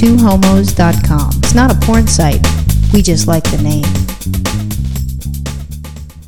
twohomos.com. It's not a porn site. We just like the name.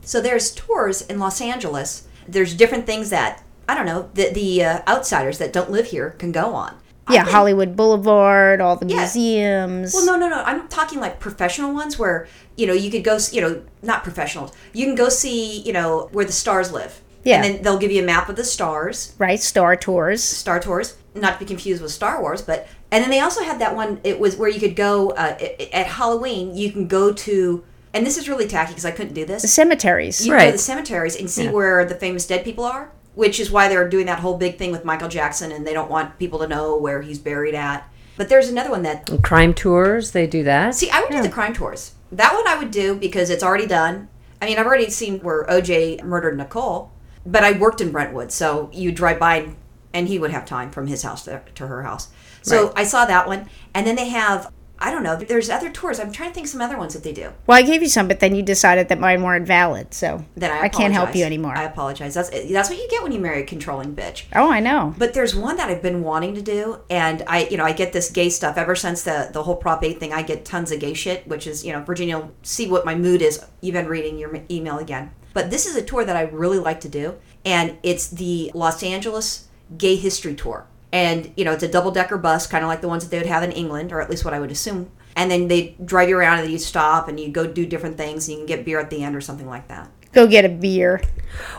So there's tours in Los Angeles. There's different things that I don't know the the uh, outsiders that don't live here can go on. I Yeah, think- Hollywood Boulevard, all the Yeah. museums. Well, no, no, no. I'm talking like professional ones where you know you could go. s- You know, not professionals. You can go see you know where the stars live. Yeah. And then they'll give you a map of the stars, Right? Star tours. Star Tours, not to be confused with Star Wars, but and then they also had that one. It was where you could go uh, i- i- at Halloween. You can go to, and this is really tacky because I couldn't do this. Cemeteries. You can go to Right. the cemeteries and see where the famous dead people are, which is why they're doing that whole big thing with Michael Jackson, and they don't want people to know where he's buried at. But there's another one that Crime tours, they do that. see. I would do the crime tours. That one I would do because it's already done. I mean, I've already seen where OJ murdered Nicole, but I worked in Brentwood, so you drive by, and he would have time from his house to, to her house. So I saw that one, and then they have. I don't know. There's other tours. I'm trying to think of some other ones that they do. Well, I gave you some, but then you decided that mine weren't valid, so That I, can't help apologize. you anymore. I apologize. That's that's what you get when you marry a controlling bitch. oh, I know. But there's one that I've been wanting to do, and I, you know, I get this gay stuff ever since the the whole Prop Eight thing. I get tons of gay shit, which is, you know, Virginia, will see what my mood is. You've been reading your email again, but this is a tour that I really like to do, and it's the Los Angeles Gay History Tour, and you know, it's a double decker bus, kind of like the ones that they would have in England, or at least what I would assume. And then they drive you around, and you stop, and you go do different things, and you can get beer at the end or something like that. Go get a beer.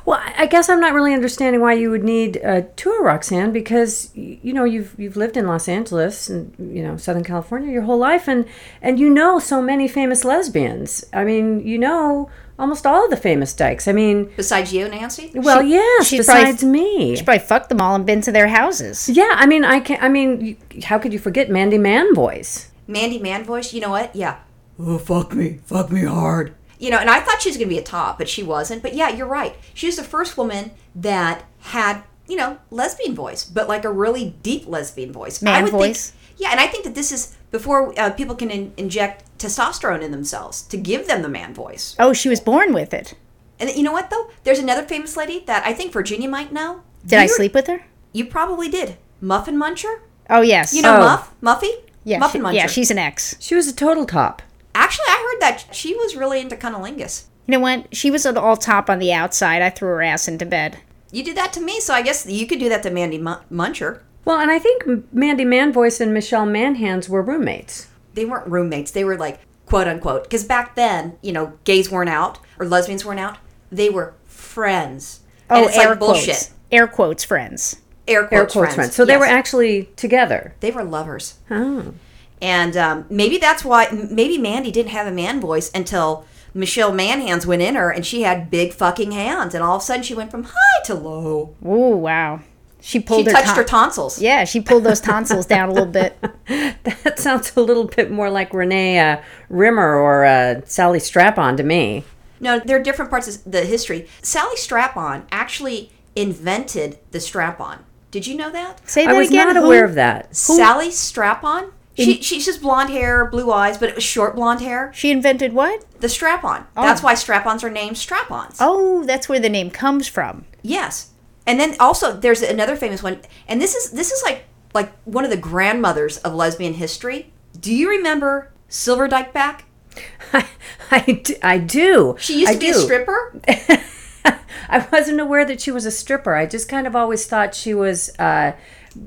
Well, I I guess I'm not really understanding why you would need a tour, Roxanne, because y- you know you've you've lived in Los Angeles and you know Southern California your whole life, and and you know so many famous lesbians. I mean, you know almost all of the famous dykes. I mean, Besides you, Nancy, well, yes, she's probably- besides me. She probably fucked them all and been to their houses. yeah, I mean, I can. I mean, you, how could you forget Mandy Manboys? Mandy Man voice. You know what? Yeah, Oh, fuck me. Fuck me hard. you know, and I thought she was going to be a top, but she wasn't. But yeah, you're right. She was the first woman that had, you know, lesbian voice, but like a really deep lesbian voice. Man voice. Think, yeah, and I think that this is before uh, people can in- inject testosterone in themselves to give them the man voice. Oh, she was born with it. And you know what though? There's another famous lady that I think Virginia might know. Did I You- sleep with her? You probably did. Muffin Muncher. Oh, yes. You know Oh. Muff Muffy. yeah, Muffin she- Muncher. yeah, she's an ex. She was a total top. actually I heard that she was really into cunnilingus. You know what? She was at all top on the outside. I threw her ass into bed. You did that to me, so I guess you could do that to Mandy Mun- Muncher. Well, and I think M- Mandy Manvoice and Michelle Manhans were roommates. they weren't roommates. They were like quote unquote because back then, you know, gays weren't out or lesbians weren't out. They were friends. Oh, and it's air like quotes. bullshit. Air quotes, friends. Air quotes, Air quotes friends. friends. So they Yes. were actually together. they were lovers, Oh. and um, maybe that's why. m- Maybe Mandy didn't have a man voice until Michelle Manhands went in her, and she had big fucking hands, and all of a sudden she went from high to low. Ooh, wow. She She pulled her, touched ton- her tonsils. Yeah, she pulled those tonsils down a little bit. That sounds a little bit more like Renee uh, Rimmer or uh, Sally Strapon to me. No, there are different parts of the history. Sally Strap-on actually invented the strap-on. Did you know that? Say that I was again. not who? aware of that. Sally Strap-on. She, she's just blonde hair, blue eyes, but it was short blonde hair. She invented what? The strap-on. That's why strap-ons are named strap-ons. Oh, that's where the name comes from. Yes. And then also there's another famous one, and this is this is like like one of the grandmothers of lesbian history. Do you remember Silver Dyke back? I, d- I do. She used I to be a do. stripper. I wasn't aware that she was a stripper. I just kind of always thought she was, uh,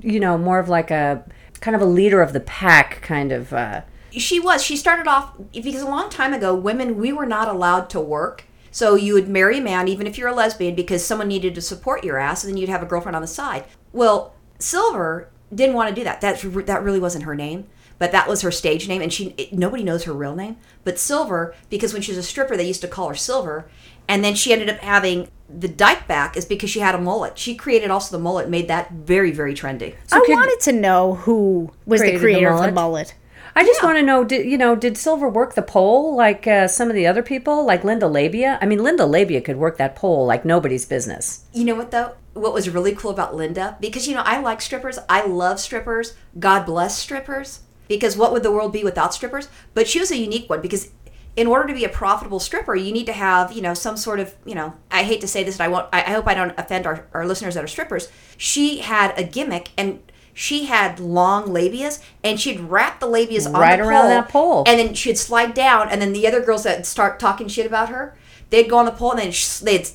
you know, more of like a kind of a leader of the pack kind of. Uh, She was. She started off because a long time ago, women we were not allowed to work. So you would marry a man, even if you're a lesbian, because someone needed to support your ass, and then you'd have a girlfriend on the side. Well, Silver didn't want to do that. That's re- that really wasn't her name, but that was her stage name, and she it, nobody knows her real name. But Silver, because when she was a stripper, they used to call her Silver, and then she ended up having the dyke back is because she had a mullet. She created also the mullet, made that very very trendy. I could- wanted to know who was the Created the creator of the mullet. mullet. I just want to know, did, you know, did Silver work the pole like uh, some of the other people, like Linda Labia? I mean, Linda Labia could work that pole like nobody's business. You know what though? What was really cool about Linda because you know I like strippers. I love strippers. God bless strippers because what would the world be without strippers? But she was a unique one because in order to be a profitable stripper, you need to have you know some sort of you know I hate to say this and I won't. I, I hope I don't offend our, our listeners that are strippers. She had a gimmick and she had long labias and she'd wrap the labias on Right the around pole, that pole. and then she'd slide down and then the other girls that start talking shit about her they'd go on the pole and then sh- they'd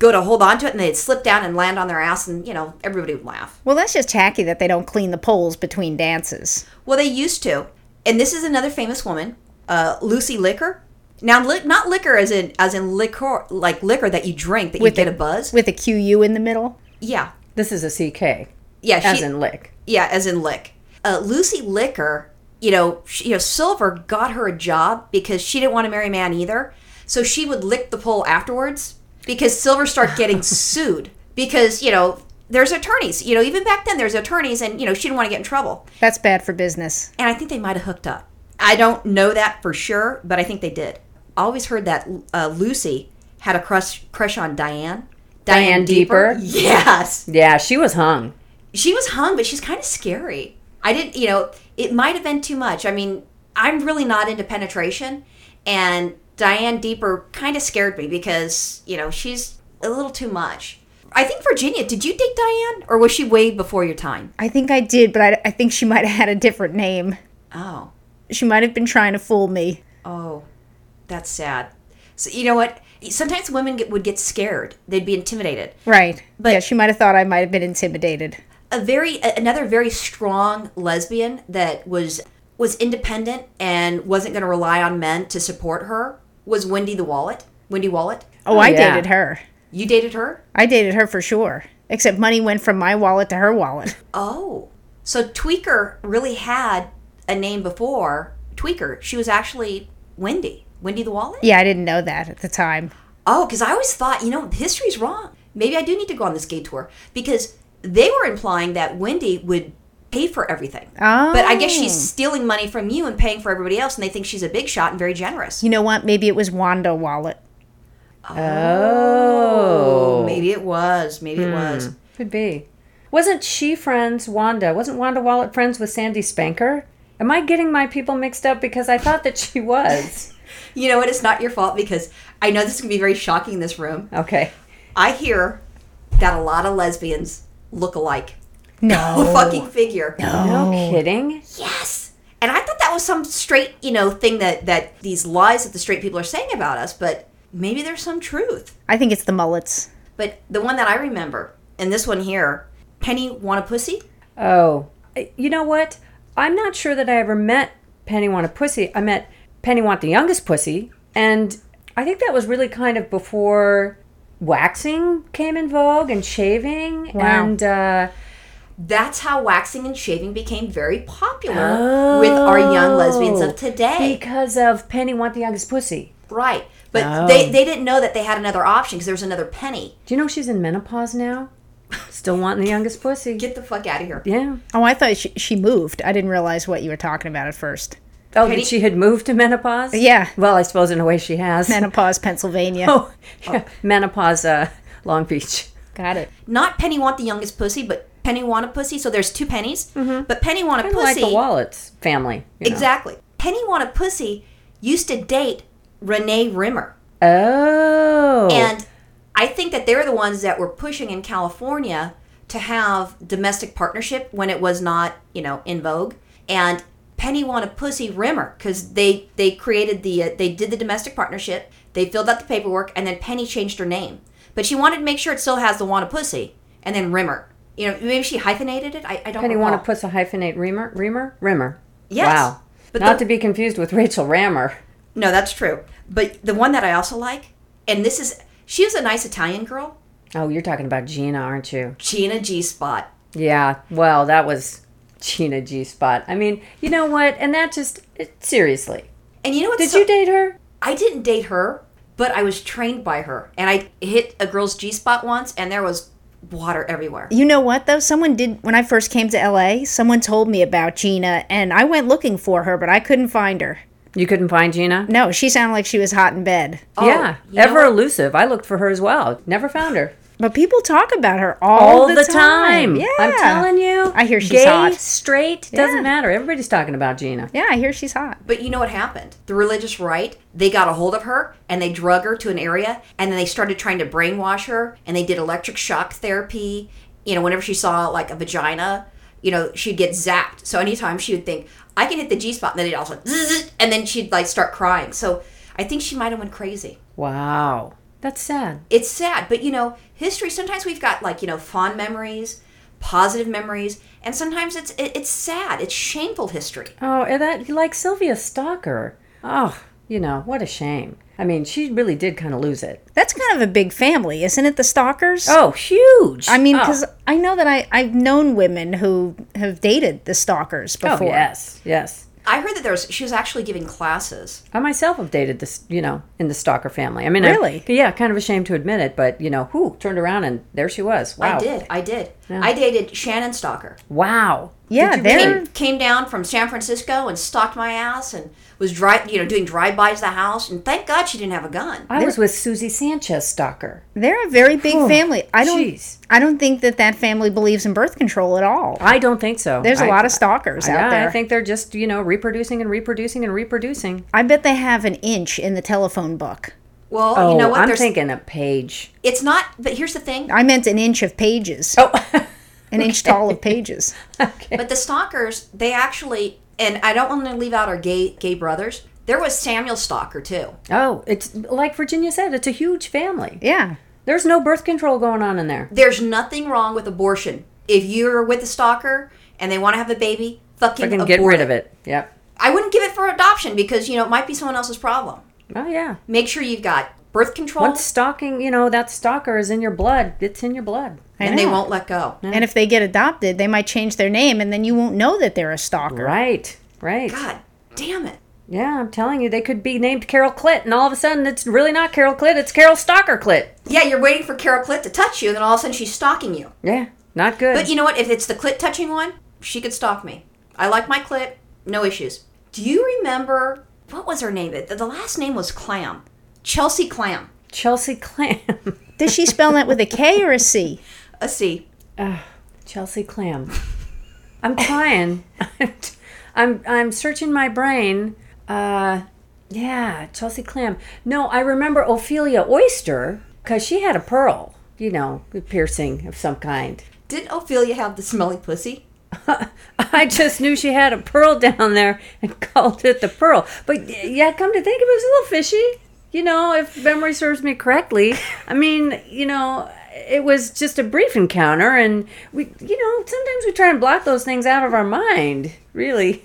go to hold on to it and they'd slip down and land on their ass and you know everybody would laugh Well, that's just tacky that they don't clean the poles between dances. well they used to and this is another famous woman uh, lucy liquor now li- not liquor as in as in liquor like liquor that you drink that you get a buzz With a QU in the middle. yeah This is a CK, yeah she, as in lick. Yeah, as in lick. Uh, Lucy Licker, you know, she, you know, Silver got her a job because she didn't want to marry a man either. So she would lick the pole afterwards because Silver started getting sued because you know there's attorneys. You know, even back then there's attorneys, and you know she didn't want to get in trouble. That's bad for business. And I think they might have hooked up. I don't know that for sure, but I think they did. I always heard that uh, Lucy had a crush crush on Diane. Diane Deeper? Yes Yeah, she was hung. she was hung, but she's kind of scary. I didn't, you know, it might have been too much. I mean, I'm really not into penetration, and Diane Deeper kind of scared me because, you know, she's a little too much. I think Virginia, did you date Diane, or was she way before your time? I think I did, but I, I think she might have had a different name. Oh, She might have been trying to fool me. oh, that's sad. So you know what? Sometimes women get, would get scared; they'd be intimidated. Right. But- yeah, she might have thought I might have been intimidated. a very a- another very strong lesbian that was was independent and wasn't going to rely on men to support her was Wendy the Wallet. Wendy Wallet. Oh, I yeah. dated her. You dated her? I dated her for sure. Except money went from my wallet to her wallet. Oh. So Tweaker really had a name before Tweaker. She was actually Wendy. Wendy the Wallet? Yeah, I didn't know that at the time. Oh, because I always thought, you know, history's wrong. Maybe I do need to go on this gay tour because they were implying that Wendy would pay for everything. Oh. But I guess she's stealing money from you and paying for everybody else, and they think she's a big shot and very generous. You know what? Maybe it was Wanda wallet. Oh, maybe it was. Maybe Hmm. it was. Could be. Wasn't she friends, Wanda? Wasn't Wanda Wallet friends with Sandy Spanker? Am I getting my people mixed up because I thought that she was? You know what? It's not your fault because I know this can be very shocking in this room. Okay. I hear that a lot of lesbians look alike. No. Fucking figure. No kidding. Yes. And I thought that was some straight, you know, thing that that these lies that the straight people are saying about us, but maybe there's some truth. I think it's the mullets. But the one that I remember, and this one here, Penny want a pussy? Oh, you know what? I'm not sure that I ever met Penny Want a Pussy. I met Penny Want the Youngest Pussy, and I think that was really kind of before waxing came in vogue and shaving Wow. and uh, That's how waxing and shaving became very popular with our young lesbians Oh. of today. because of Penny Want the Youngest Pussy. Right. But Oh. they, they didn't know that they had another option because there was another penny. Do you know she's in menopause now? Still wanting the youngest pussy. Get the fuck out of here. Yeah. Oh, I thought she, she moved. I didn't realize what you were talking about at first. Oh, Penny- that she had moved to menopause? Yeah. Well, I suppose in a way she has. Menopause, Pennsylvania. oh, yeah. Menopause, uh, Long Beach. Got it. Not Penny want the youngest pussy, but Penny want a pussy. So there's two pennies. But Penny want a Kind of Mm-hmm. like pussy. the Wallets family. you know. Exactly. Penny want a pussy used to date Renee Rimmer. Oh. And I think that they're the ones that were pushing in California to have domestic partnership when it was not, you know, in vogue. And Penny want a pussy rimmer because they they created the uh, they did the domestic partnership. They filled out the paperwork and then Penny changed her name, but she wanted to make sure it still has the want a pussy and then rimmer. You know, maybe she hyphenated it. I, I don't. Penny recall. want to put a hyphenate reamer? Reamer? Rimmer. Oh. Yes. Wow. But Not the- to be confused with Rachel Rammer. No, that's true. But the one that I also like, and this is she was a nice Italian girl, Oh, you're talking about Gina, aren't you? Gina G Spot. Yeah, well, that was Gina G Spot. I mean, you know what? And that just, it, seriously. And you know what? Did you date her? I didn't date her, but I was trained by her, and I hit a girl's G spot once, and there was water everywhere. You know what, though? Someone did, when I first came to LA, someone told me about Gina, and I went looking for her, but I couldn't find her. You couldn't find Gina? No, she sounded like she was hot in bed. yeah, you know ever what? elusive. I looked for her as well. Never found her. But people talk about her all, All, the, time. Yeah. I'm telling you. I hear she's gay, hot. straight, Yeah. doesn't matter. Everybody's talking about Gina. Yeah, I hear she's hot. But you know what happened? The religious right, they got a hold of her and they drug her to an area and then they started trying to brainwash her and they did electric shock therapy, you know, whenever she saw like a vagina, you know, she'd get zapped. So anytime she would think, I can hit the G spot, and then it also, zzz, and then she'd like start crying. So I think she might have went crazy. Wow. That's sad. It's sad, but you know, history. Sometimes we've got like you know fond memories, positive memories, and sometimes it's it, it's sad. It's shameful history. Oh, and that like Sylvia Stalker. Oh, you know what a shame. I mean, she really did kind of lose it. That's kind of a big family, isn't it? The stalkers. Oh, huge. I mean, Oh. because I know that I I've known women who have dated the stalkers Oh, before. yes, yes. I heard that there was she was actually giving classes. I myself have dated this, you know, in the Stalker family. I mean, I- Really? yeah, kind of ashamed to admit it, but you know, who turned around and there she was. Wow. I did. I did. I dated Shannon Stalker. Wow. Yeah, Did you they're really? Came down from San Francisco and stalked my ass and was drive you know doing drive bys the house. And thank God she didn't have a gun. I was with Susie Sanchez Stalker. they're a very big family. I don't Jeez. I don't think that that family believes in birth control at all. I don't think so. There's a a lot of stalkers yeah, out there. I think they're just you know reproducing and reproducing and reproducing. I bet they have an inch in the telephone book. Well, Oh, you know what? I'm There's, thinking a page. it's not. But here's the thing. I meant an inch of pages. Oh, An inch tall of pages. But the stalkers, they actually, and I don't want to leave out our gay gay brothers. There was Samuel Stalker too. oh, it's like Virginia said, it's a huge family. Yeah. There's no birth control going on in there. There's nothing wrong with abortion. If you're with a stalker and they want to have a baby, fucking, Fucking abort get rid of it. Yep. I wouldn't give it for adoption because you know it might be someone else's problem. Oh yeah. Make sure you've got birth control, Once stalking, you know that stalker is in your blood. It's in your blood. and they won't let go. And if they get adopted, they might change their name and then you won't know that they're a stalker. Right. Right. God damn it! Yeah, I'm telling you, they could be named Carol Clit, and all of a sudden, it's really not Carol Clit. It's Carol Stalker Clit. Yeah, you're waiting for Carol Clit to touch you, and then all of a sudden she's stalking you. Yeah. Not good. But you know what? If it's the clit touching one, she could stalk me. I like my clit, no issues. Do you remember what was her name? The, the last name was Clam, Chelsea Clam. Chelsea Clam. Does she spell that with a K or a C? A C. Chelsea Clam. I'm trying. I'm I'm searching my brain. Uh, yeah, Chelsea Clam. No, I remember Ophelia Oyster because she had a pearl. You know, a piercing of some kind. Didn't Ophelia have the smelly pussy? I just knew she had a pearl down there and called it the pearl. But yeah, come to think of it, it was a little fishy. You know, if memory serves me correctly. I mean, you know, it was just a brief encounter, and we, you know, sometimes we try and block those things out of our mind, really.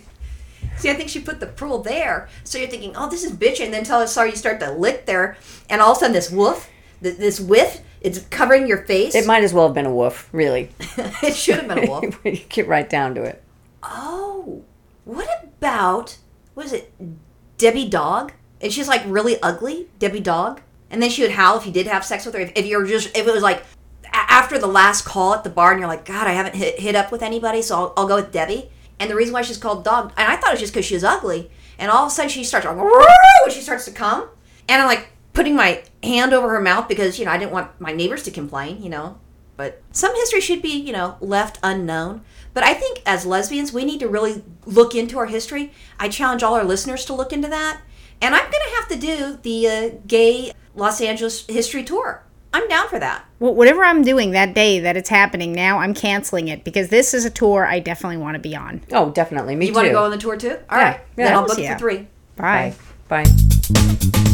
See, I think she put the pearl there. So you're thinking, oh, this is bitchin'. Then tell us, sorry, you start to lick there, and all of a sudden this woof, th- this whiff, it's covering your face. It might as well have been a woof, really. it should have been a woof. Get right down to it. Oh, what about was it Debbie Dog? And she's like really ugly, Debbie Dog. And then she would howl if you did have sex with her. If, if you're just if it was like a- after the last call at the bar and you're like, God, I haven't hit, hit up with anybody, so I'll, I'll go with Debbie. And the reason why she's called Dog, and I thought it was just because she was ugly. And all of a sudden she starts going, "Woo!" and she starts to come, and I'm like putting my hand over her mouth because you know I didn't want my neighbors to complain, you know. But some history should be, you know, left unknown. But I think as lesbians, we need to really look into our history. I challenge all our listeners to look into that. And I'm going to have to do the uh, gay Los Angeles history tour. I'm down for that. Well, whatever I'm doing that day that it's happening now, I'm canceling it because this is a tour I definitely want to be on. Oh, definitely. Me You too. want to go on the tour too? All right. Yeah, Then yeah. I'll book it Yeah. for three. Bye. Bye.